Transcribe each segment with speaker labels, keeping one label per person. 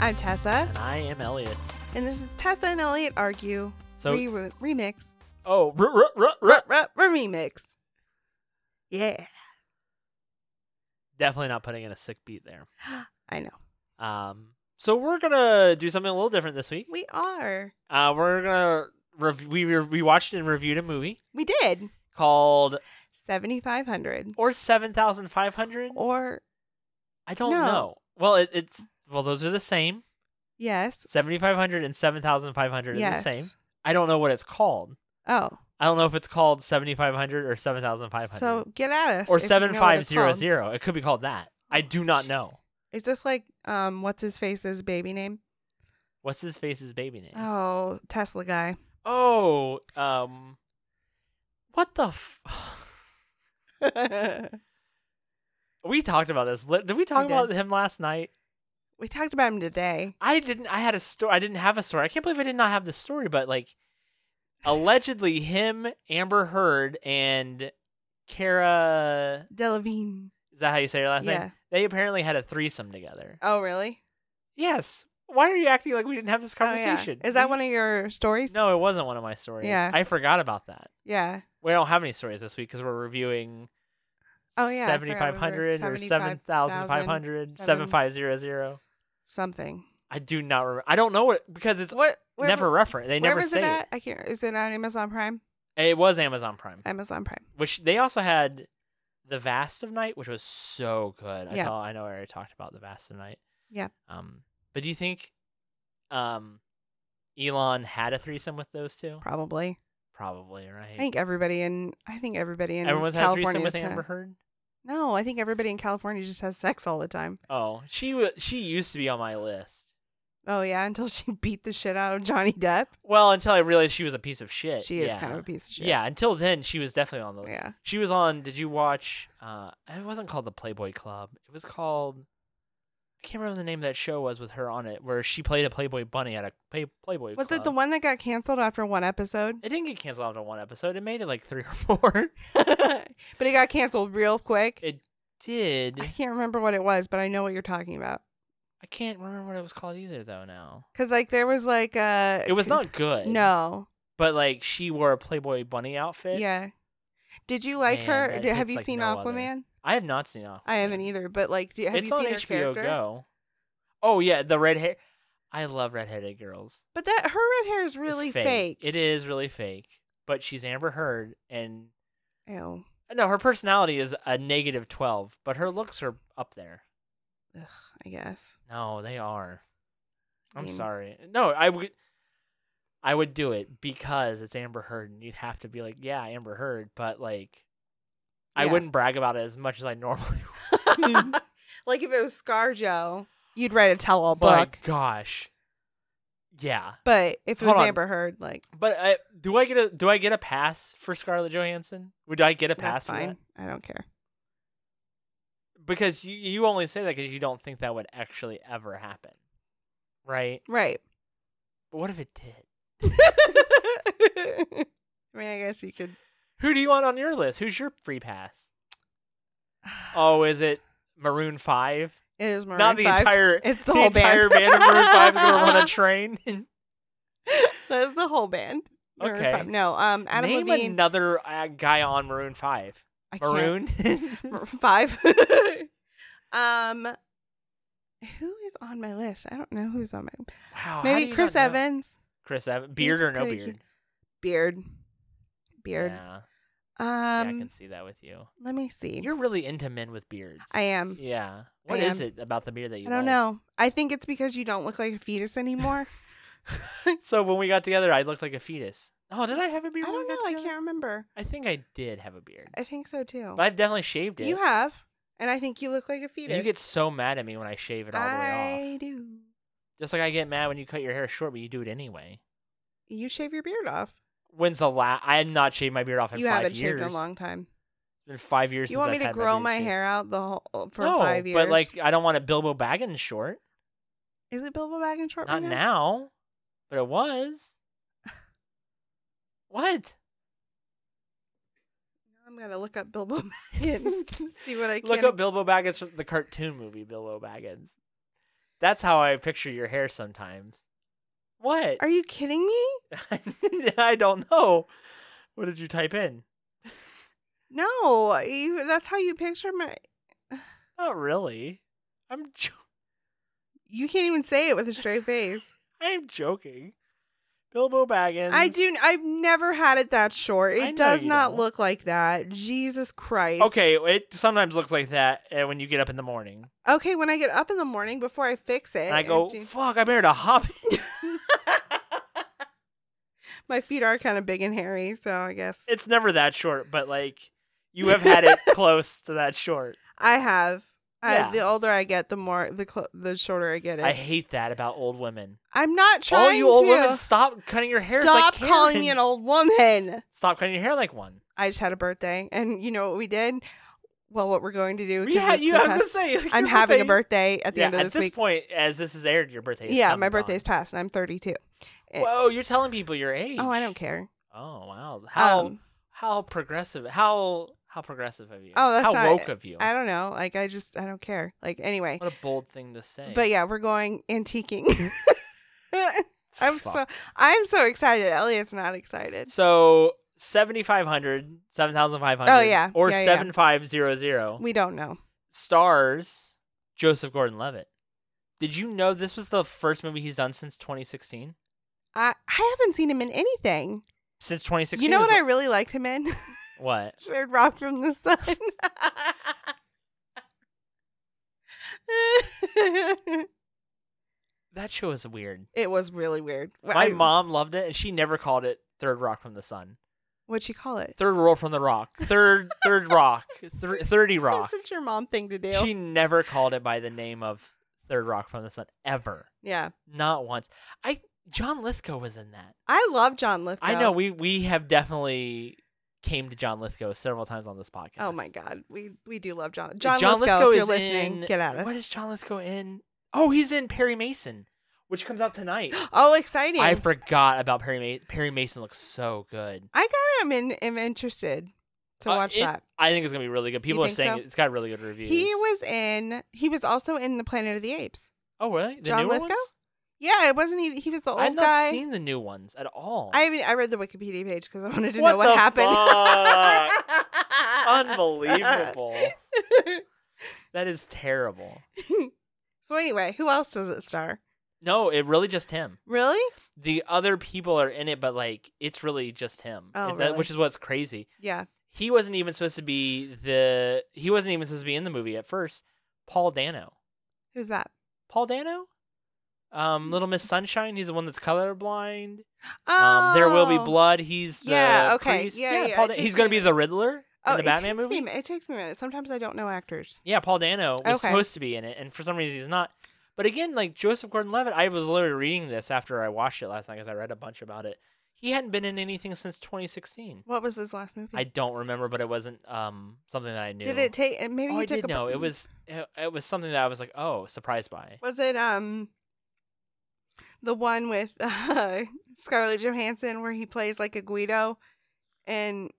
Speaker 1: I'm Tessa,
Speaker 2: And I am Elliot.
Speaker 1: and this is Tessa and Elliot Argue
Speaker 2: So
Speaker 1: re- re- Remix.
Speaker 2: oh, ruh, ruh, ruh, ruh.
Speaker 1: Re- remix. Yeah,
Speaker 2: definitely not putting in a sick beat there.
Speaker 1: I know.
Speaker 2: Um, so we're gonna do something a little different this week.
Speaker 1: We are.
Speaker 2: Uh, we're gonna rev- we re- we watched and reviewed a movie
Speaker 1: We did.
Speaker 2: called
Speaker 1: 7,500.
Speaker 2: or seven thousand five hundred.
Speaker 1: Or,
Speaker 2: I don't
Speaker 1: No.
Speaker 2: know. Well, it, it's well those are the same.
Speaker 1: yes.
Speaker 2: Seventy five hundred and seven thousand five hundred
Speaker 1: Yes.
Speaker 2: are the same. I don't know what it's called.
Speaker 1: Oh,
Speaker 2: I don't know if it's called seventy five hundred or seven thousand five hundred.
Speaker 1: so get at us.
Speaker 2: or
Speaker 1: if you know what Oh,
Speaker 2: seven five
Speaker 1: it's
Speaker 2: zero
Speaker 1: called.
Speaker 2: zero. It could be called that. I do not know.
Speaker 1: Is this like, um, what's his face's baby name?
Speaker 2: What's his face's baby name?
Speaker 1: Oh, Tesla guy.
Speaker 2: Oh, um, what the? F-
Speaker 1: we
Speaker 2: we talked about this. Li- Did we talk
Speaker 1: We
Speaker 2: about him last night?
Speaker 1: talked about him today.
Speaker 2: I didn't. I had a story. I didn't have a story. I can't believe I did not have the story. But like, allegedly, him, Amber Heard, and Cara.
Speaker 1: Delavine.
Speaker 2: Is that how you say her last
Speaker 1: Yeah.
Speaker 2: name? They apparently had a threesome together.
Speaker 1: Oh, really?
Speaker 2: Yes. Why are you acting like we didn't have this
Speaker 1: Oh, yeah.
Speaker 2: conversation?
Speaker 1: Is that
Speaker 2: We-
Speaker 1: one of your stories?
Speaker 2: No, it wasn't one of my stories.
Speaker 1: Yeah.
Speaker 2: I forgot about that.
Speaker 1: Yeah.
Speaker 2: we don't have any stories this week because we're reviewing
Speaker 1: Oh, yeah, I forgot we were-
Speaker 2: 7500 or 7500
Speaker 1: seven-
Speaker 2: 7500
Speaker 1: Something.
Speaker 2: i do not remember i don't know what because it's
Speaker 1: What? where-
Speaker 2: never referenced they
Speaker 1: where
Speaker 2: never
Speaker 1: was
Speaker 2: say
Speaker 1: it
Speaker 2: it,
Speaker 1: at? I can't. Is it on Amazon Prime?
Speaker 2: it. was amazon prime
Speaker 1: Amazon Prime.
Speaker 2: which they also had the vast of night which was so good i,
Speaker 1: Yeah.
Speaker 2: tell, I know i already talked about the vast of night
Speaker 1: Yeah.
Speaker 2: um but do you think um elon had a threesome with those two
Speaker 1: Probably.
Speaker 2: probably right
Speaker 1: I think everybody in. I think everybody in
Speaker 2: everyone's had a
Speaker 1: California.
Speaker 2: threesome with
Speaker 1: is, uh,
Speaker 2: amber heard
Speaker 1: No, I think everybody in California just has sex all the time.
Speaker 2: Oh, she wa she used to be on my list.
Speaker 1: Oh yeah, until she beat the shit out of Johnny Depp.
Speaker 2: Well, until I realized she was a piece of shit.
Speaker 1: She is
Speaker 2: Uh, yeah.
Speaker 1: kind of a piece of shit.
Speaker 2: Yeah, until then she was definitely on the
Speaker 1: Yeah.
Speaker 2: She was on did you watch uh it wasn't called the Playboy Club. It was called I can't remember the name of that show was with her on it where she played a Playboy bunny at a play, Playboy
Speaker 1: Was
Speaker 2: club.
Speaker 1: it the one that got canceled after one episode?
Speaker 2: It didn't get canceled after one episode. It made it like 3 or 4.
Speaker 1: but it got canceled real quick.
Speaker 2: It Did
Speaker 1: I can't remember what it was, but I know what you're talking about.
Speaker 2: I can't remember what it was called either though now.
Speaker 1: Cause like there was like uh
Speaker 2: It was not good.
Speaker 1: No.
Speaker 2: But like she wore a Playboy bunny outfit.
Speaker 1: Yeah. Did you like
Speaker 2: Man,
Speaker 1: her?
Speaker 2: that
Speaker 1: Did, have
Speaker 2: hits
Speaker 1: you
Speaker 2: like
Speaker 1: seen
Speaker 2: no other.
Speaker 1: Aquaman?
Speaker 2: I have not seen Aquaman.
Speaker 1: I haven't either, but like, do, have
Speaker 2: it's
Speaker 1: you seen
Speaker 2: on
Speaker 1: her
Speaker 2: HBO
Speaker 1: character?
Speaker 2: Go. Oh yeah, the red hair. I love redheaded girls.
Speaker 1: But that her red hair is
Speaker 2: It's
Speaker 1: really
Speaker 2: fake.
Speaker 1: fake.
Speaker 2: It is really fake. But she's Amber Heard, and
Speaker 1: Ew.
Speaker 2: no, her personality is a negative twelve, but her looks are up there.
Speaker 1: Ugh, I guess.
Speaker 2: No, they are.
Speaker 1: I
Speaker 2: I'm
Speaker 1: mean-
Speaker 2: sorry. No, I would. I would do it because it's Amber Heard, and you'd have to be like, "Yeah, Amber Heard," but like, I
Speaker 1: Yeah.
Speaker 2: wouldn't brag about it as much as I normally
Speaker 1: like if it was ScarJo, you'd write a tell-all
Speaker 2: My
Speaker 1: book.
Speaker 2: gosh. Yeah.
Speaker 1: But if it
Speaker 2: Hold
Speaker 1: was
Speaker 2: on.
Speaker 1: Amber Heard, like
Speaker 2: But I, do I get a do I get a pass for Scarlett Johansson? Would I get a pass
Speaker 1: that's
Speaker 2: for that?
Speaker 1: fine. I don't care.
Speaker 2: Because you you only say that because you don't think that would actually ever happen, right?
Speaker 1: Right.
Speaker 2: But what if it did?
Speaker 1: I mean, I guess you could.
Speaker 2: Who do you want on your list? Who's your free pass? Oh, is it Maroon Five?
Speaker 1: It is Maroon
Speaker 2: Not the
Speaker 1: five.
Speaker 2: entire
Speaker 1: It's the,
Speaker 2: the,
Speaker 1: whole
Speaker 2: entire
Speaker 1: band.
Speaker 2: band of Maroon Five is gonna run a train.
Speaker 1: That is the whole band. Maroon
Speaker 2: Okay.
Speaker 1: five. No, um, Adam
Speaker 2: Name
Speaker 1: Levine.
Speaker 2: another uh, guy on Maroon Five.
Speaker 1: I can't-
Speaker 2: Maroon.
Speaker 1: Or five. um, who is on my list? I don't know who's on my.
Speaker 2: wow. how do
Speaker 1: Maybe
Speaker 2: you not
Speaker 1: Chris
Speaker 2: know?
Speaker 1: Evans.
Speaker 2: Chris Evans. Beard or no
Speaker 1: pretty
Speaker 2: beard?
Speaker 1: cute. Beard. Beard.
Speaker 2: Yeah. yeah, I
Speaker 1: Um,
Speaker 2: can see that with you.
Speaker 1: let me see.
Speaker 2: You're really into men with beards.
Speaker 1: I am.
Speaker 2: Yeah.
Speaker 1: I
Speaker 2: What is
Speaker 1: am.
Speaker 2: it about the beard that you?
Speaker 1: I don't
Speaker 2: like?
Speaker 1: know. I think it's because you don't look like a fetus anymore.
Speaker 2: So when we got together, I looked like a fetus. Oh, did I have a
Speaker 1: I
Speaker 2: beard? when
Speaker 1: don't
Speaker 2: we
Speaker 1: know.
Speaker 2: got
Speaker 1: I
Speaker 2: together?
Speaker 1: can't remember.
Speaker 2: I think I did have a beard,
Speaker 1: I think so too.
Speaker 2: but I've definitely shaved it.
Speaker 1: You have, and I think you look like a fetus.
Speaker 2: You get so mad at me when I shave it all the way
Speaker 1: I
Speaker 2: off.
Speaker 1: do.
Speaker 2: Just like I get mad when you cut your hair short, but you do it anyway.
Speaker 1: You shave your beard off.
Speaker 2: When's the last? I have not shaved my beard off in
Speaker 1: you
Speaker 2: 5
Speaker 1: haven't
Speaker 2: years.
Speaker 1: shaved in a long time.
Speaker 2: It's been five years.
Speaker 1: You
Speaker 2: since
Speaker 1: want me
Speaker 2: I've
Speaker 1: to
Speaker 2: had
Speaker 1: grow
Speaker 2: beard
Speaker 1: my
Speaker 2: shaved.
Speaker 1: hair out the whole uh, for
Speaker 2: no,
Speaker 1: five years?
Speaker 2: but like I don't want it Bilbo Baggins short.
Speaker 1: Is it Bilbo Baggins short?
Speaker 2: Not
Speaker 1: right
Speaker 2: now, but it was. What?
Speaker 1: I'm gonna look up Bilbo Baggins. see what I can.
Speaker 2: Look up Bilbo Baggins from the cartoon movie Bilbo Baggins. That's how I picture your hair sometimes. What?
Speaker 1: Are you kidding me?
Speaker 2: I don't know. What did you type in?
Speaker 1: No, you, that's how you picture my.
Speaker 2: Not really. I'm jo-
Speaker 1: You can't even say it with a straight face.
Speaker 2: I'm joking. Bilbo Baggins.
Speaker 1: I do. I've never had it that short.
Speaker 2: I know
Speaker 1: It does
Speaker 2: you
Speaker 1: not
Speaker 2: don't.
Speaker 1: look like that. Jesus Christ.
Speaker 2: Okay, it sometimes looks like that uh, when you get up in the morning.
Speaker 1: Okay. When I get up in the morning before I fix it,
Speaker 2: And I go,
Speaker 1: do-
Speaker 2: fuck, I married a hobbit.
Speaker 1: my feet are kind of big and hairy, so I guess
Speaker 2: it's never that short, but like, you have had it close to that short.
Speaker 1: I have.
Speaker 2: Yeah.
Speaker 1: I, the older I get, the more the cl- the shorter I get it.
Speaker 2: I hate that about old women.
Speaker 1: I'm not
Speaker 2: All
Speaker 1: trying
Speaker 2: you old
Speaker 1: to.
Speaker 2: women, stop cutting your hair.
Speaker 1: Stop
Speaker 2: like
Speaker 1: calling
Speaker 2: Karen.
Speaker 1: me an old woman.
Speaker 2: Stop cutting your hair like one.
Speaker 1: I just had a birthday, and you know what we did? Well, what we're going to do?
Speaker 2: We
Speaker 1: 'cause
Speaker 2: had
Speaker 1: it's
Speaker 2: you.
Speaker 1: so
Speaker 2: I was
Speaker 1: past-
Speaker 2: gonna say. like,
Speaker 1: I'm
Speaker 2: your
Speaker 1: having a birthday at the
Speaker 2: yeah,
Speaker 1: end of
Speaker 2: at
Speaker 1: this,
Speaker 2: this
Speaker 1: week.
Speaker 2: point, as this is aired, your birthday. Is
Speaker 1: yeah,
Speaker 2: coming
Speaker 1: my
Speaker 2: up on.
Speaker 1: birthday's passed, and I'm 32. it-
Speaker 2: Whoa, you're telling people your age.
Speaker 1: Oh, I don't care.
Speaker 2: Oh wow, how
Speaker 1: Um,
Speaker 2: how progressive? How how progressive of you?
Speaker 1: Oh, that's
Speaker 2: how
Speaker 1: not-
Speaker 2: woke of you.
Speaker 1: I don't know. Like, I just, I don't care. Like, anyway.
Speaker 2: What a bold thing to say.
Speaker 1: But yeah, we're going antiquing. I'm so,
Speaker 2: Fuck.
Speaker 1: I'm so excited. Elliot's not excited.
Speaker 2: so. 7500 7500
Speaker 1: Oh, yeah.
Speaker 2: or
Speaker 1: Yeah, yeah, yeah.
Speaker 2: 7500
Speaker 1: We don't know.
Speaker 2: stars Joseph Gordon-Levitt. Did you know this was the first movie he's done since 2016?
Speaker 1: I, I haven't seen him in anything.
Speaker 2: Since 2016.
Speaker 1: You know
Speaker 2: is
Speaker 1: what I
Speaker 2: the-
Speaker 1: really liked him in?
Speaker 2: What?
Speaker 1: Third Rock from the Sun.
Speaker 2: That show is weird.
Speaker 1: it was really weird. Wh-
Speaker 2: My
Speaker 1: I-
Speaker 2: mom loved it and she never called it Third Rock from the Sun.
Speaker 1: What'd you call it?
Speaker 2: Third roll from the rock. Third third rock. Thir- 30 rock.
Speaker 1: That's such your mom thing to do.
Speaker 2: She never called it by the name of Third Rock from the Sun ever.
Speaker 1: yeah.
Speaker 2: Not once. I John Lithgow was in that.
Speaker 1: I love John Lithgow.
Speaker 2: I know we we have definitely came to John Lithgow several times on this podcast.
Speaker 1: Oh my God, we we do love John. John,
Speaker 2: John
Speaker 1: Lithgow, if you're
Speaker 2: is
Speaker 1: listening,
Speaker 2: in-
Speaker 1: get at us.
Speaker 2: What is John Lithgow in? Oh, he's in Perry Mason, which comes out tonight.
Speaker 1: oh, exciting!
Speaker 2: I
Speaker 1: I,
Speaker 2: forgot about Perry Mason. Perry Mason looks so good.
Speaker 1: kind of am, am interested to
Speaker 2: Uh,
Speaker 1: watch
Speaker 2: it-
Speaker 1: that.
Speaker 2: I think it's gonna be really good. People are
Speaker 1: think
Speaker 2: saying
Speaker 1: so?
Speaker 2: it's got really good reviews.
Speaker 1: He was in. He was also in the Planet of the Apes.
Speaker 2: Oh really? The
Speaker 1: John
Speaker 2: newer
Speaker 1: Lithgow?
Speaker 2: ones?
Speaker 1: Yeah, it wasn't he. He was the old
Speaker 2: I've not
Speaker 1: guy.
Speaker 2: seen the new ones at all.
Speaker 1: I mean, I read the Wikipedia page because I wanted to
Speaker 2: What
Speaker 1: know
Speaker 2: the
Speaker 1: what happened.
Speaker 2: Unbelievable. that is terrible.
Speaker 1: so anyway, who else does it star?
Speaker 2: No, it really just him.
Speaker 1: Really?
Speaker 2: The other people are in it, but like it's really just him.
Speaker 1: Oh,
Speaker 2: It- that-
Speaker 1: really?
Speaker 2: which is what's crazy.
Speaker 1: Yeah.
Speaker 2: he wasn't even supposed to be the he wasn't even supposed to be in the movie at first. Paul Dano.
Speaker 1: Who's that?
Speaker 2: Paul Dano?
Speaker 1: Mm.
Speaker 2: Um, Little Miss Sunshine, he's the one that's colorblind.
Speaker 1: Oh,
Speaker 2: Um, There Will Be Blood, he's the
Speaker 1: Yeah, okay.
Speaker 2: priest.
Speaker 1: Yeah, yeah,
Speaker 2: Paul
Speaker 1: it
Speaker 2: Da-
Speaker 1: takes
Speaker 2: he's gonna
Speaker 1: me-
Speaker 2: be the Riddler
Speaker 1: Oh,
Speaker 2: in the
Speaker 1: it
Speaker 2: Batman
Speaker 1: takes
Speaker 2: movie.
Speaker 1: me a mi- it takes me a minute. Sometimes I don't know actors.
Speaker 2: Yeah, Paul Dano was
Speaker 1: Okay.
Speaker 2: supposed to be in it, and for some reason he's not. But again, like Joseph Gordon-Levitt, I was literally reading this after I watched it last night because I read a bunch about it. He hadn't been in anything since 2016.
Speaker 1: What was his last movie?
Speaker 2: I don't remember, but it wasn't um something that I knew.
Speaker 1: Did it take? and Maybe
Speaker 2: oh,
Speaker 1: he
Speaker 2: I
Speaker 1: took
Speaker 2: did
Speaker 1: a
Speaker 2: know.
Speaker 1: bu-
Speaker 2: It was it, it was something that I was like, oh, surprised by.
Speaker 1: Was it um the one with uh, Scarlett Johansson where he plays like a Guido and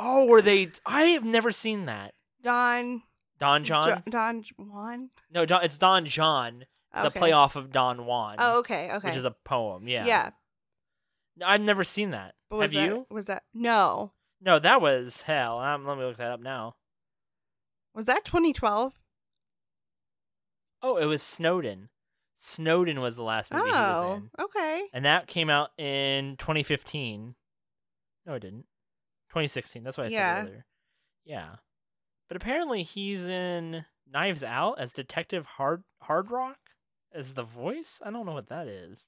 Speaker 2: Oh, were they? I have never seen that.
Speaker 1: Don
Speaker 2: Don John?
Speaker 1: Jo- Don Juan?
Speaker 2: no, Don, it's Don John. It's
Speaker 1: Okay.
Speaker 2: a play off of Don Juan,
Speaker 1: Oh, okay, okay.
Speaker 2: which is a poem. Yeah,
Speaker 1: yeah.
Speaker 2: No, I've never seen that.
Speaker 1: But was
Speaker 2: have
Speaker 1: that,
Speaker 2: you?
Speaker 1: Was that no?
Speaker 2: No, that was hell. Um, let me look that up now.
Speaker 1: Was that 2012?
Speaker 2: Oh, it was Snowden. Snowden was the last movie he was
Speaker 1: Oh,
Speaker 2: in,
Speaker 1: okay.
Speaker 2: and that came out in 2015. No, it didn't. 2016. That's what I
Speaker 1: Yeah.
Speaker 2: said earlier. Yeah. But apparently he's in Knives Out as Detective Hard Hard Rock as the voice. I don't know what that is.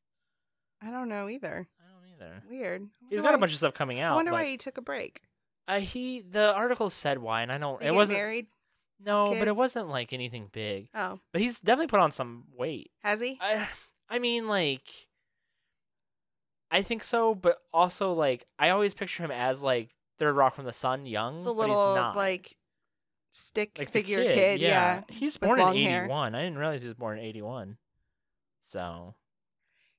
Speaker 1: I don't know either.
Speaker 2: I don't either.
Speaker 1: Weird. I
Speaker 2: He's
Speaker 1: wonder
Speaker 2: got a
Speaker 1: why-
Speaker 2: bunch of stuff coming out.
Speaker 1: I wonder
Speaker 2: but,
Speaker 1: why he took a break.
Speaker 2: uh, he the article said why, and I don't.
Speaker 1: They
Speaker 2: it
Speaker 1: get
Speaker 2: wasn't
Speaker 1: married.
Speaker 2: no, but it
Speaker 1: kids?
Speaker 2: wasn't like anything big.
Speaker 1: Oh,
Speaker 2: But he's definitely put on some weight.
Speaker 1: has he?
Speaker 2: I I mean like I think so, but also like I always picture him as like Third Rock from the Sun, young,
Speaker 1: the
Speaker 2: but he's
Speaker 1: little
Speaker 2: not.
Speaker 1: like stick
Speaker 2: Like the
Speaker 1: figure kid. yeah.
Speaker 2: He's
Speaker 1: with
Speaker 2: born in
Speaker 1: long hair.
Speaker 2: 81. I didn't realize he was born in 81. So,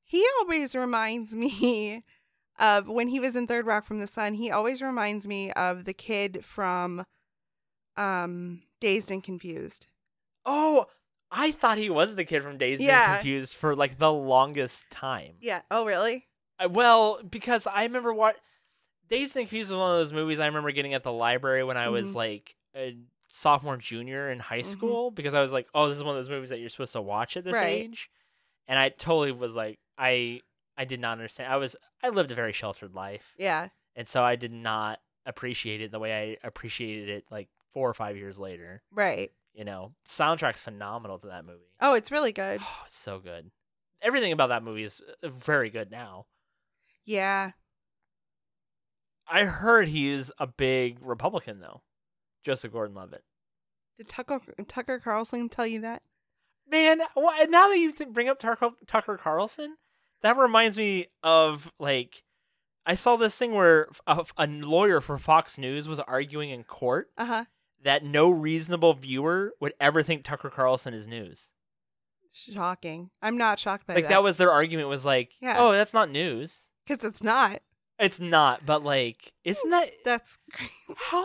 Speaker 1: He always reminds me of when he was in Third Rock from the Sun. He always reminds me of the kid from um Dazed and Confused.
Speaker 2: oh, I thought he was the kid from Days
Speaker 1: Yeah.
Speaker 2: and Confused for like the longest time.
Speaker 1: Yeah. Oh, really?
Speaker 2: I- Well, because I remember what Dazed and Confused was one of those movies I remember getting at the library when I was
Speaker 1: Mhm.
Speaker 2: like a sophomore, junior in high
Speaker 1: Mhm.
Speaker 2: school because I was like, oh, this is one of those movies that you're supposed to watch at this
Speaker 1: Right.
Speaker 2: age, and I totally was like, I I did not understand. I was I lived a very sheltered life,
Speaker 1: Yeah.
Speaker 2: and so I did not appreciate it the way I appreciated it like four or five years later.
Speaker 1: Right.
Speaker 2: You know, soundtrack's phenomenal to that movie.
Speaker 1: Oh, it's really good.
Speaker 2: Oh, it's so good. Everything about that movie is uh, very good now.
Speaker 1: Yeah.
Speaker 2: I heard he's a big Republican though. Joseph Gordon-Levitt.
Speaker 1: Did Tucker Tucker Carlson tell you that?
Speaker 2: Man, wha- now that you th- bring up Tucker Tucker Carlson, that reminds me of like I saw this thing where f- a, a lawyer for Fox News was arguing in court
Speaker 1: Uh huh.
Speaker 2: that no reasonable viewer would ever think Tucker Carlson is news.
Speaker 1: Shocking. I'm not shocked by
Speaker 2: Like that
Speaker 1: that
Speaker 2: was their argument was like,
Speaker 1: Yeah.
Speaker 2: "Oh, that's not news."
Speaker 1: because it's not.
Speaker 2: It's not, but like isn't that
Speaker 1: That's crazy.
Speaker 2: How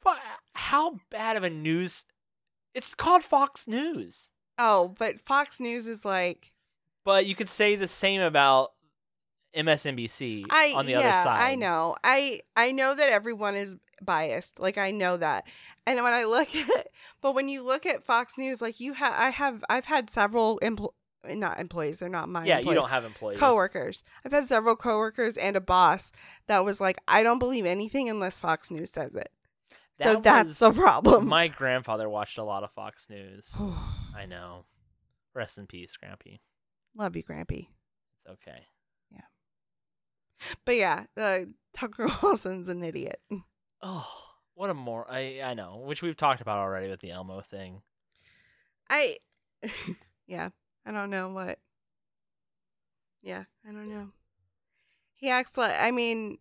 Speaker 2: fu- how bad of a news? It's called Fox News,
Speaker 1: Oh, but Fox News is like
Speaker 2: but you could say the same about MSNBC
Speaker 1: I
Speaker 2: on the
Speaker 1: yeah,
Speaker 2: other side.
Speaker 1: I know. I I know that everyone is biased. Like I know that. And when I look at but when you look at Fox News, like you have I have I've had several empl- not employees, they're not my
Speaker 2: Yeah,
Speaker 1: employees.
Speaker 2: you don't have employees.
Speaker 1: coworkers. I've had several coworkers and a boss that was like, I don't believe anything unless Fox News says it. so
Speaker 2: That
Speaker 1: that's
Speaker 2: was-
Speaker 1: the problem.
Speaker 2: My grandfather watched a lot of Fox News. I know. Rest in peace, Grampy.
Speaker 1: Love you, Grampy.
Speaker 2: It's okay.
Speaker 1: But yeah, uh, Tucker Carlson's an idiot.
Speaker 2: Oh, what a more I I know, which we've talked about already with the Elmo thing.
Speaker 1: I, yeah, I don't know what. Yeah, I don't know. He acts like I mean,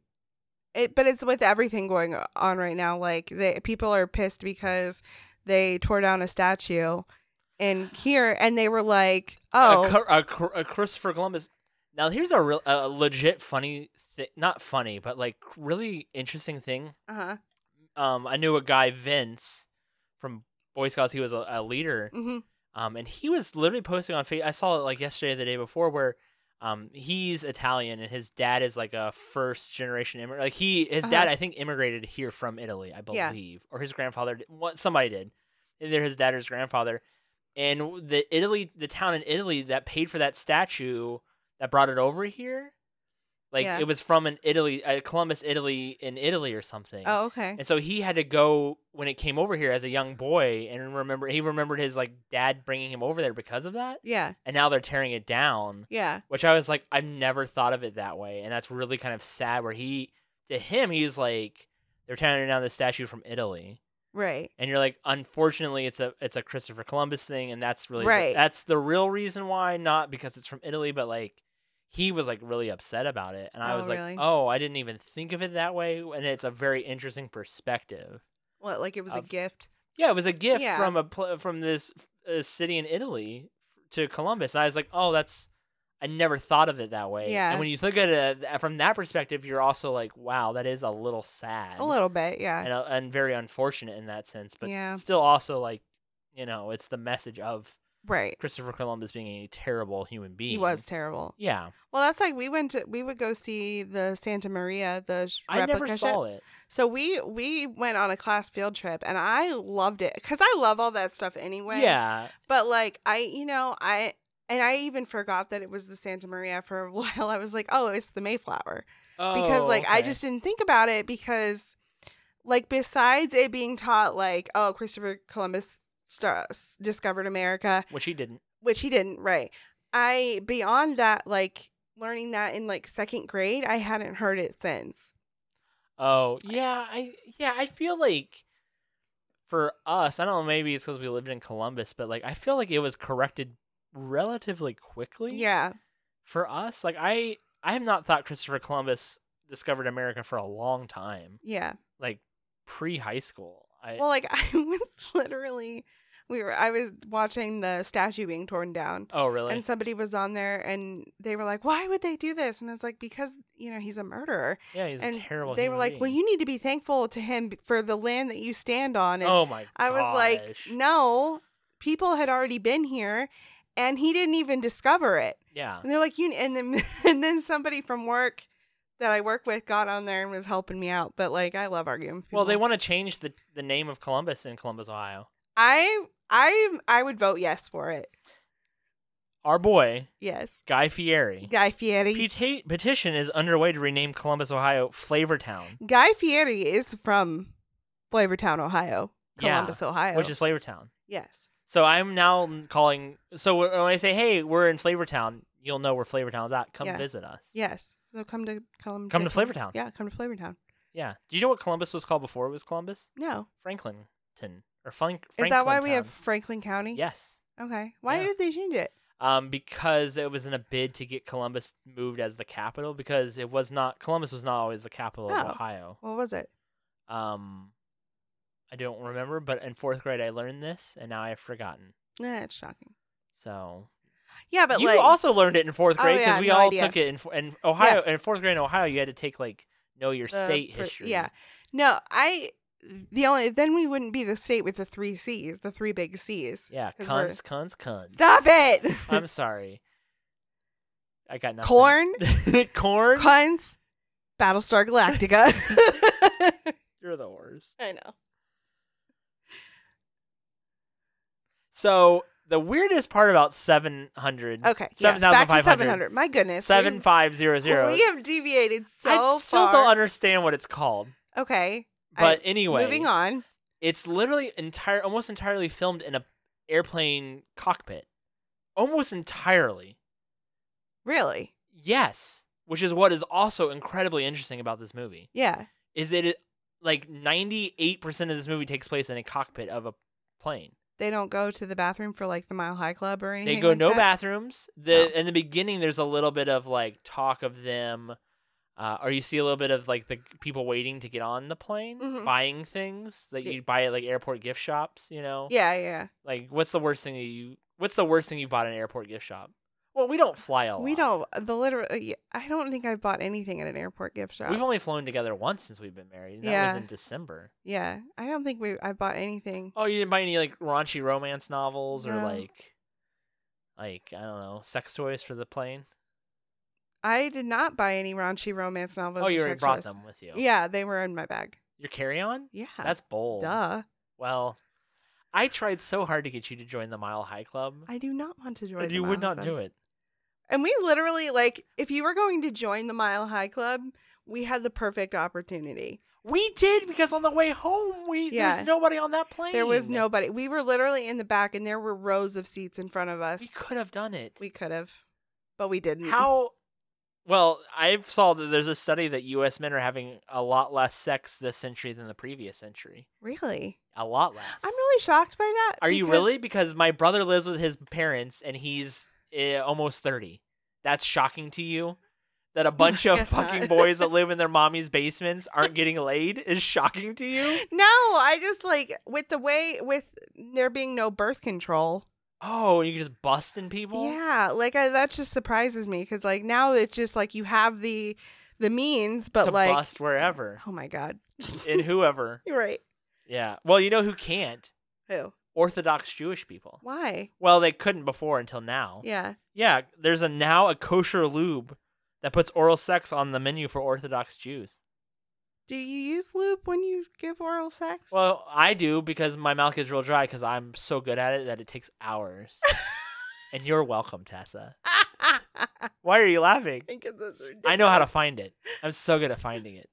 Speaker 1: it, but it's with everything going on right now. Like they people are pissed because they tore down a statue in here, and they were like, "Oh,
Speaker 2: a, Cor- a, Cor- a Christopher Columbus. Now here's a real a legit funny thing, not funny, but like really interesting thing.
Speaker 1: uh-huh.
Speaker 2: Um, I knew a guy Vince from Boy Scouts. He was a, a leader.
Speaker 1: hmm
Speaker 2: Um, and he was literally posting on Facebook. I saw it like yesterday, or the day before, where um he's Italian and his dad is like a first generation immigrant. Like he, his dad,
Speaker 1: Uh-huh.
Speaker 2: I think, immigrated here from Italy, I
Speaker 1: Yeah.
Speaker 2: believe, or his grandfather, did, what somebody did, either his dad or his grandfather. And w- the Italy, the town in Italy that paid for that statue that brought it over here, like
Speaker 1: Yeah.
Speaker 2: it was from an Italy, uh, Columbus, Italy, in Italy or something.
Speaker 1: oh, okay,
Speaker 2: And so he had to go when it came over here as a young boy and remember he remembered his like dad bringing him over there because of that.
Speaker 1: yeah,
Speaker 2: And now they're tearing it down,
Speaker 1: yeah,
Speaker 2: which I was like I've never thought of it that way and that's really kind of sad where he to him he's like they're tearing down the statue from Italy.
Speaker 1: right,
Speaker 2: And you're like unfortunately it's a it's a Christopher Columbus thing and that's really the-
Speaker 1: Right.
Speaker 2: that's the real reason why not because it's from Italy but like he was like really upset about it and I
Speaker 1: Oh,
Speaker 2: was
Speaker 1: really?
Speaker 2: like oh I didn't even think of it that way and it's a very interesting perspective.
Speaker 1: what like it was a
Speaker 2: Of-
Speaker 1: gift,
Speaker 2: Yeah, it was a gift
Speaker 1: Yeah.
Speaker 2: from a pl- from this uh, city in Italy f- to Columbus. And I was like, oh, that's I never thought of it that way.
Speaker 1: Yeah.
Speaker 2: And when you look at it uh, th- from that perspective, you're also like, wow, that is a little sad,
Speaker 1: a little bit, yeah,
Speaker 2: and, uh, and very unfortunate in that sense. But
Speaker 1: Yeah.
Speaker 2: still, also like, you know, it's the message of
Speaker 1: right.
Speaker 2: Christopher Columbus being a terrible human being.
Speaker 1: He was terrible.
Speaker 2: Yeah,
Speaker 1: Well, that's like we went to we would go see the Santa Maria the sh-
Speaker 2: I never
Speaker 1: replica
Speaker 2: saw
Speaker 1: ship.
Speaker 2: it.
Speaker 1: So we we went on a class field trip and I loved it cuz I love all that stuff anyway.
Speaker 2: Yeah,
Speaker 1: But like I you know, I and I even forgot that it was the Santa Maria for a while. I was like, "Oh, it's the Mayflower." Because
Speaker 2: Oh,
Speaker 1: like I
Speaker 2: okay.
Speaker 1: just didn't think about it because like besides it being taught like, "Oh, Christopher Columbus star- s- discovered America."
Speaker 2: which he didn't.
Speaker 1: which he didn't right i beyond that like learning that in like second grade i hadn't heard it since
Speaker 2: Oh yeah, I yeah I feel like for us, I don't know, maybe it's because we lived in Columbus, but like I feel like it was corrected relatively quickly.
Speaker 1: yeah
Speaker 2: For us, like I I have not thought Christopher Columbus discovered America for a long time,
Speaker 1: yeah
Speaker 2: like pre high school. I
Speaker 1: well like i was literally we were i was watching the statue being torn down
Speaker 2: oh really?
Speaker 1: and somebody was on there and they were like why would they do this and it's like because you know he's a murderer
Speaker 2: yeah, he's
Speaker 1: and
Speaker 2: a terrible.
Speaker 1: they were
Speaker 2: human
Speaker 1: like well
Speaker 2: being.
Speaker 1: you need to be thankful to him for the land that you stand on and
Speaker 2: Oh my!
Speaker 1: i was like
Speaker 2: Oh, gosh.
Speaker 1: no people had already been here and he didn't even discover it.
Speaker 2: Yeah.
Speaker 1: And they're like, you and then and then somebody from work that I work with got on there and was helping me out. But like I love arguing. with
Speaker 2: Well, they
Speaker 1: people.
Speaker 2: want to change the, the name of Columbus in Columbus, Ohio.
Speaker 1: I I I would vote yes for it.
Speaker 2: Our boy,
Speaker 1: Yes.
Speaker 2: Guy Fieri.
Speaker 1: Guy Fieri.
Speaker 2: Peta- petition is underway to rename Columbus, Ohio Flavortown,
Speaker 1: Guy Fieri is from Flavortown, Ohio.
Speaker 2: Yeah,
Speaker 1: Columbus, Ohio.
Speaker 2: which is Flavortown.
Speaker 1: yes.
Speaker 2: So I'm now calling. So when I say, hey, we're in Flavortown, you'll know where Flavortown's at. Come
Speaker 1: Yeah.
Speaker 2: visit us.
Speaker 1: Yes. So come to come
Speaker 2: Come to Flavortown.
Speaker 1: Yeah, come to Flavortown.
Speaker 2: Yeah. Do you know what Columbus was called before it was Columbus?
Speaker 1: No.
Speaker 2: Franklinton. Or Frank-
Speaker 1: Is that why we
Speaker 2: Franklintown.
Speaker 1: have Franklin County?
Speaker 2: Yes.
Speaker 1: Okay. Why
Speaker 2: Yeah.
Speaker 1: did they change it?
Speaker 2: Um, because it was in a bid to get Columbus moved as the capital because it was not Columbus was not always the capital of
Speaker 1: Oh.
Speaker 2: Ohio.
Speaker 1: What was it?
Speaker 2: Um, I don't remember, but in fourth grade I learned this, and now I have forgotten.
Speaker 1: Nah, it's shocking.
Speaker 2: So
Speaker 1: Yeah, but
Speaker 2: you
Speaker 1: like
Speaker 2: also learned it in fourth
Speaker 1: Oh,
Speaker 2: grade because
Speaker 1: yeah,
Speaker 2: we
Speaker 1: no
Speaker 2: all
Speaker 1: idea.
Speaker 2: took it in fo- in Ohio. In fourth grade in Ohio, you had to take like know your
Speaker 1: the
Speaker 2: state
Speaker 1: pr-
Speaker 2: history.
Speaker 1: Yeah. No, I the only then we wouldn't be the state with the three C's, the three big C's.
Speaker 2: yeah,
Speaker 1: 'Cause we're-
Speaker 2: cunts, cunts, cunts.
Speaker 1: Stop it.
Speaker 2: I'm sorry. I got nothing.
Speaker 1: Corn,
Speaker 2: corn.
Speaker 1: cunts, Battlestar Galactica.
Speaker 2: You're the worst.
Speaker 1: I know.
Speaker 2: So the weirdest part about 700
Speaker 1: Okay. Yes, back to
Speaker 2: 7500
Speaker 1: 700. My goodness.
Speaker 2: 7500
Speaker 1: We, we have deviated so
Speaker 2: I still
Speaker 1: far.
Speaker 2: don't understand what it's called.
Speaker 1: okay. I-
Speaker 2: But anyway,
Speaker 1: Moving on.
Speaker 2: it's literally entire almost entirely filmed in a airplane cockpit. Almost entirely.
Speaker 1: Really?
Speaker 2: Yes, which is what is also incredibly interesting about this movie.
Speaker 1: Yeah.
Speaker 2: Is that it like 98% of this movie takes place in a cockpit of a plane.
Speaker 1: They don't go to the bathroom for like the Mile High Club or anything.
Speaker 2: They go
Speaker 1: like
Speaker 2: no
Speaker 1: that?
Speaker 2: bathrooms. The
Speaker 1: Oh.
Speaker 2: in the beginning, there's a little bit of like talk of them, uh, or you see a little bit of like the people waiting to get on the plane,
Speaker 1: Mhm.
Speaker 2: buying things that
Speaker 1: Ye-
Speaker 2: you buy at like airport gift shops. You know,
Speaker 1: Yeah, yeah.
Speaker 2: like what's the worst thing that you what's the worst thing you bought at an airport gift shop? Well, we don't fly a lot.
Speaker 1: We don't. The literal. uh, I don't think I bought anything at an airport gift shop.
Speaker 2: We've only flown together once since we've been married, and that
Speaker 1: Yeah.
Speaker 2: was in December.
Speaker 1: yeah, I don't think we. I bought anything.
Speaker 2: Oh, you didn't buy any like raunchy romance novels or
Speaker 1: No.
Speaker 2: like, like I don't know, sex toys for the plane.
Speaker 1: I did not buy any raunchy romance novels.
Speaker 2: oh,
Speaker 1: or
Speaker 2: you already
Speaker 1: sex
Speaker 2: brought
Speaker 1: toys.
Speaker 2: them with you.
Speaker 1: Yeah, they were in my bag.
Speaker 2: Your carry on?
Speaker 1: Yeah.
Speaker 2: That's bold.
Speaker 1: duh.
Speaker 2: Well, I tried so hard to get you to join the Mile High Club,
Speaker 1: I do not want to join.
Speaker 2: and
Speaker 1: the
Speaker 2: you would
Speaker 1: Mile
Speaker 2: not
Speaker 1: Club.
Speaker 2: do it.
Speaker 1: And we literally like, if you were going to join the Mile High Club, we had the perfect opportunity.
Speaker 2: We did because on the way home, we there
Speaker 1: Yeah.
Speaker 2: was nobody on that plane.
Speaker 1: There was nobody. We were literally in the back, and there were rows of seats in front of us.
Speaker 2: We could have done it.
Speaker 1: We could have, but we didn't.
Speaker 2: How? Well, I saw that there's a study that U.S. men are having a lot less sex this century than the previous century.
Speaker 1: Really?
Speaker 2: A lot less.
Speaker 1: I'm really shocked by that.
Speaker 2: Are you
Speaker 1: because-
Speaker 2: really? Because my brother lives with his parents, and he's eh, almost thirty. That's shocking to you. That a bunch of
Speaker 1: guess not.
Speaker 2: fucking boys that live in their mommy's basements aren't getting laid is shocking to you.
Speaker 1: No, I just like with the way with there being no birth control.
Speaker 2: Oh, you can just busting people.
Speaker 1: yeah, like I, that just surprises me because like now it's just like you have the the means, but
Speaker 2: to
Speaker 1: like
Speaker 2: bust wherever
Speaker 1: oh my god,
Speaker 2: and whoever.
Speaker 1: you're right.
Speaker 2: Yeah. Well, you know who can't?
Speaker 1: Who?
Speaker 2: Orthodox Jewish people.
Speaker 1: Why?
Speaker 2: Well, they couldn't before until now.
Speaker 1: Yeah.
Speaker 2: Yeah, there's a now a kosher lube that puts oral sex on the menu for Orthodox Jews.
Speaker 1: Do you use lube when you give oral sex?
Speaker 2: Well, I do because my mouth gets real dry because I'm so good at it that it takes hours. and you're welcome, Tessa.
Speaker 1: I
Speaker 2: Why are you laughing?
Speaker 1: think it's
Speaker 2: I know how to find it. I'm so good at finding it.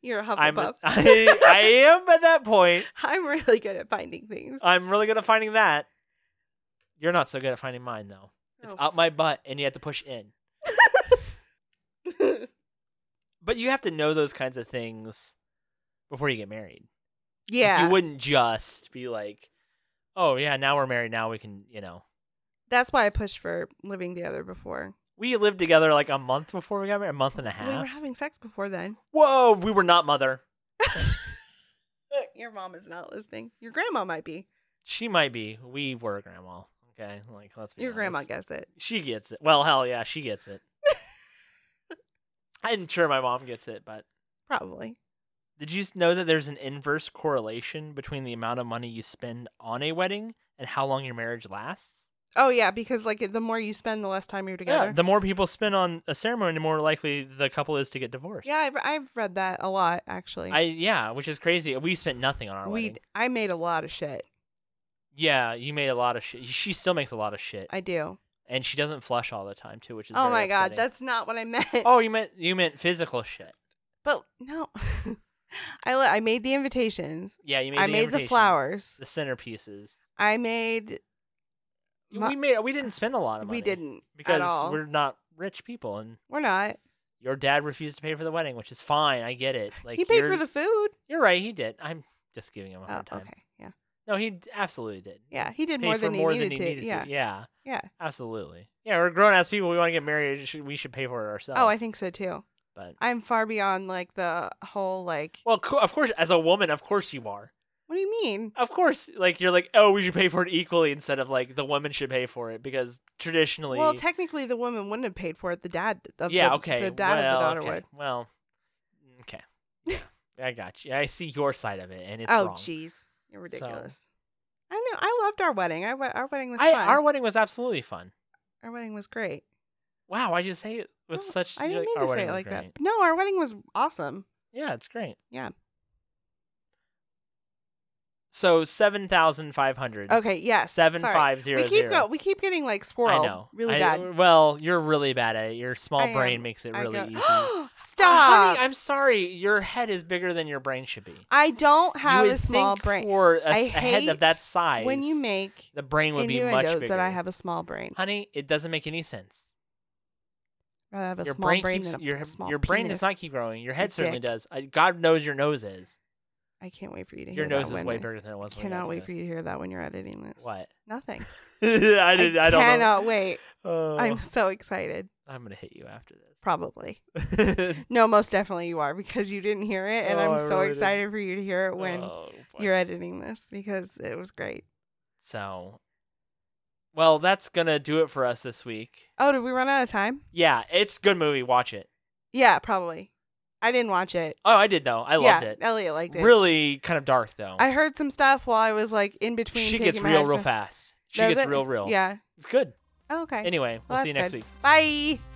Speaker 1: You're a
Speaker 2: I'm
Speaker 1: Hufflepuff.
Speaker 2: I, I am at that point.
Speaker 1: I'm really good at finding things.
Speaker 2: I'm really good at finding that. You're not so good at finding mine though. It's
Speaker 1: Oh.
Speaker 2: up my butt and you have to push in. But you have to know those kinds of things before you get married. Like,
Speaker 1: yeah.
Speaker 2: you wouldn't just be like, "Oh yeah, now we're married. Now we can, you know."
Speaker 1: That's why I pushed for living together before.
Speaker 2: We lived together like a month before we got married, a month and a
Speaker 1: We were
Speaker 2: half.
Speaker 1: having sex before then.
Speaker 2: Whoa, we were not mother.
Speaker 1: Your mom is not listening. Your grandma might be.
Speaker 2: She might be. We were grandma. Okay, like let's be
Speaker 1: Your grandma
Speaker 2: honest.
Speaker 1: gets it.
Speaker 2: She gets it. Well, hell yeah, she gets it. I'm sure my mom gets it, but
Speaker 1: Probably.
Speaker 2: Did you know that there's an inverse correlation between the amount of money you spend on a wedding and how long your marriage lasts.
Speaker 1: Oh yeah, because like the more you spend, the less time you're together.
Speaker 2: Yeah, the more people spend on a ceremony, the more likely the couple is to get divorced.
Speaker 1: Yeah, I've, I've read that a lot actually.
Speaker 2: I yeah, which is crazy. We spent nothing on our
Speaker 1: we
Speaker 2: wedding.
Speaker 1: I made a lot of shit.
Speaker 2: Yeah, you made a lot of shit. She still makes a lot of shit,
Speaker 1: I do.
Speaker 2: and she doesn't flush all the time too, which is
Speaker 1: Oh
Speaker 2: very
Speaker 1: my god,
Speaker 2: upsetting.
Speaker 1: that's not what I meant.
Speaker 2: oh you meant you meant physical shit.
Speaker 1: But no, I li- I made the invitations.
Speaker 2: Yeah, you made.
Speaker 1: I
Speaker 2: the
Speaker 1: made the
Speaker 2: invitation,
Speaker 1: flowers.
Speaker 2: the centerpieces.
Speaker 1: I made. Mo-
Speaker 2: we made we didn't spend a lot of money.
Speaker 1: We didn't
Speaker 2: because
Speaker 1: at all.
Speaker 2: we're not rich people, and
Speaker 1: We're not.
Speaker 2: your dad refused to pay for the wedding, which is fine. I get it. Like
Speaker 1: he paid
Speaker 2: you're-
Speaker 1: for the food.
Speaker 2: You're right. He did. I'm just giving him a
Speaker 1: Oh,
Speaker 2: hard time.
Speaker 1: okay. Yeah.
Speaker 2: No, he d- absolutely did.
Speaker 1: Yeah. He did
Speaker 2: Pay
Speaker 1: more
Speaker 2: for
Speaker 1: than he
Speaker 2: more
Speaker 1: needed
Speaker 2: than
Speaker 1: to.
Speaker 2: he needed
Speaker 1: yeah.
Speaker 2: to. Yeah.
Speaker 1: Yeah.
Speaker 2: Absolutely. Yeah, we're grown ass people. We want to get married. we should- We should pay for it ourselves.
Speaker 1: Oh, I think so too.
Speaker 2: But
Speaker 1: I'm far beyond like the whole like.
Speaker 2: well, co- of course, as a woman, of course you are.
Speaker 1: What do you mean?
Speaker 2: Of course, like you're like, oh, we should pay for it equally instead of like the woman should pay for it because traditionally,
Speaker 1: Well, technically, the woman wouldn't have paid for it. The dad. The,
Speaker 2: yeah,
Speaker 1: the-
Speaker 2: okay,
Speaker 1: The dad
Speaker 2: well,
Speaker 1: of the daughter
Speaker 2: okay.
Speaker 1: would.
Speaker 2: Well, okay, yeah, I got you. I see your side of it, and it's
Speaker 1: oh,
Speaker 2: wrong.
Speaker 1: jeez, you're
Speaker 2: So-
Speaker 1: ridiculous. I know. I loved our wedding. I, we- our wedding was
Speaker 2: I,
Speaker 1: fun.
Speaker 2: our wedding was absolutely fun.
Speaker 1: our wedding was great.
Speaker 2: Wow, I just say it with
Speaker 1: No,
Speaker 2: such.
Speaker 1: I
Speaker 2: you're
Speaker 1: didn't
Speaker 2: like,
Speaker 1: mean
Speaker 2: "Our
Speaker 1: to say
Speaker 2: wedding
Speaker 1: it
Speaker 2: was
Speaker 1: like
Speaker 2: great."
Speaker 1: that. No, our wedding was awesome.
Speaker 2: Yeah, it's great.
Speaker 1: Yeah.
Speaker 2: So seven thousand five hundred.
Speaker 1: Okay, yes.
Speaker 2: Seven
Speaker 1: sorry.
Speaker 2: five zero
Speaker 1: We keep
Speaker 2: zero.
Speaker 1: go. We keep getting like
Speaker 2: I
Speaker 1: squirrel.
Speaker 2: know.
Speaker 1: Really
Speaker 2: I-
Speaker 1: bad.
Speaker 2: Well, you're really bad at it. Your small
Speaker 1: I am.
Speaker 2: brain makes it
Speaker 1: I
Speaker 2: really
Speaker 1: go, "Oh,
Speaker 2: easy. Uh,
Speaker 1: Stop.
Speaker 2: honey, I'm sorry. Your head is bigger than your brain should be.
Speaker 1: I don't have
Speaker 2: you
Speaker 1: a
Speaker 2: would
Speaker 1: small
Speaker 2: think
Speaker 1: brain.
Speaker 2: For a,
Speaker 1: I
Speaker 2: s- a head
Speaker 1: hate
Speaker 2: of that size,
Speaker 1: When you make
Speaker 2: the brain would be much
Speaker 1: innuendos
Speaker 2: bigger.
Speaker 1: that I have a small brain,
Speaker 2: honey, it doesn't make any sense.
Speaker 1: I have a
Speaker 2: your
Speaker 1: small
Speaker 2: brain,
Speaker 1: brain,
Speaker 2: keeps
Speaker 1: than a
Speaker 2: your
Speaker 1: small
Speaker 2: your brain
Speaker 1: penis.
Speaker 2: does not keep growing. Your head
Speaker 1: Your
Speaker 2: certainly
Speaker 1: dick.
Speaker 2: does. I, God knows your nose is.
Speaker 1: I can't wait for you to hear
Speaker 2: Your nose
Speaker 1: that
Speaker 2: is
Speaker 1: when
Speaker 2: way
Speaker 1: I-
Speaker 2: bigger than it was. when we got
Speaker 1: Cannot wait for
Speaker 2: together.
Speaker 1: you to hear that when you're editing this.
Speaker 2: What?
Speaker 1: Nothing.
Speaker 2: I
Speaker 1: I,
Speaker 2: did. I, don't
Speaker 1: cannot wait.
Speaker 2: know. Oh,
Speaker 1: I'm so excited.
Speaker 2: I'm gonna hit you after this.
Speaker 1: Probably. No, most definitely you are because you didn't hear it, and
Speaker 2: Oh, I
Speaker 1: I'm so
Speaker 2: really didn't.
Speaker 1: excited for you to hear it when
Speaker 2: Oh, boy.
Speaker 1: you're editing this because it was great.
Speaker 2: So, well, that's gonna do it for us this week.
Speaker 1: Oh, did we run out of time?
Speaker 2: Yeah, it's a good movie. Watch it.
Speaker 1: Yeah, probably. I didn't watch it.
Speaker 2: Oh, I did though. I
Speaker 1: yeah,
Speaker 2: loved it.
Speaker 1: Elliot liked it.
Speaker 2: Really kind of dark though.
Speaker 1: I heard some stuff while I was like in between.
Speaker 2: she
Speaker 1: taking
Speaker 2: gets
Speaker 1: my
Speaker 2: real, real
Speaker 1: headphones-
Speaker 2: fast. She
Speaker 1: Does
Speaker 2: gets
Speaker 1: it?
Speaker 2: real, real.
Speaker 1: Yeah.
Speaker 2: it's good.
Speaker 1: Oh, okay.
Speaker 2: Anyway, we'll
Speaker 1: Well,
Speaker 2: see you next
Speaker 1: that's good.
Speaker 2: week.
Speaker 1: Bye.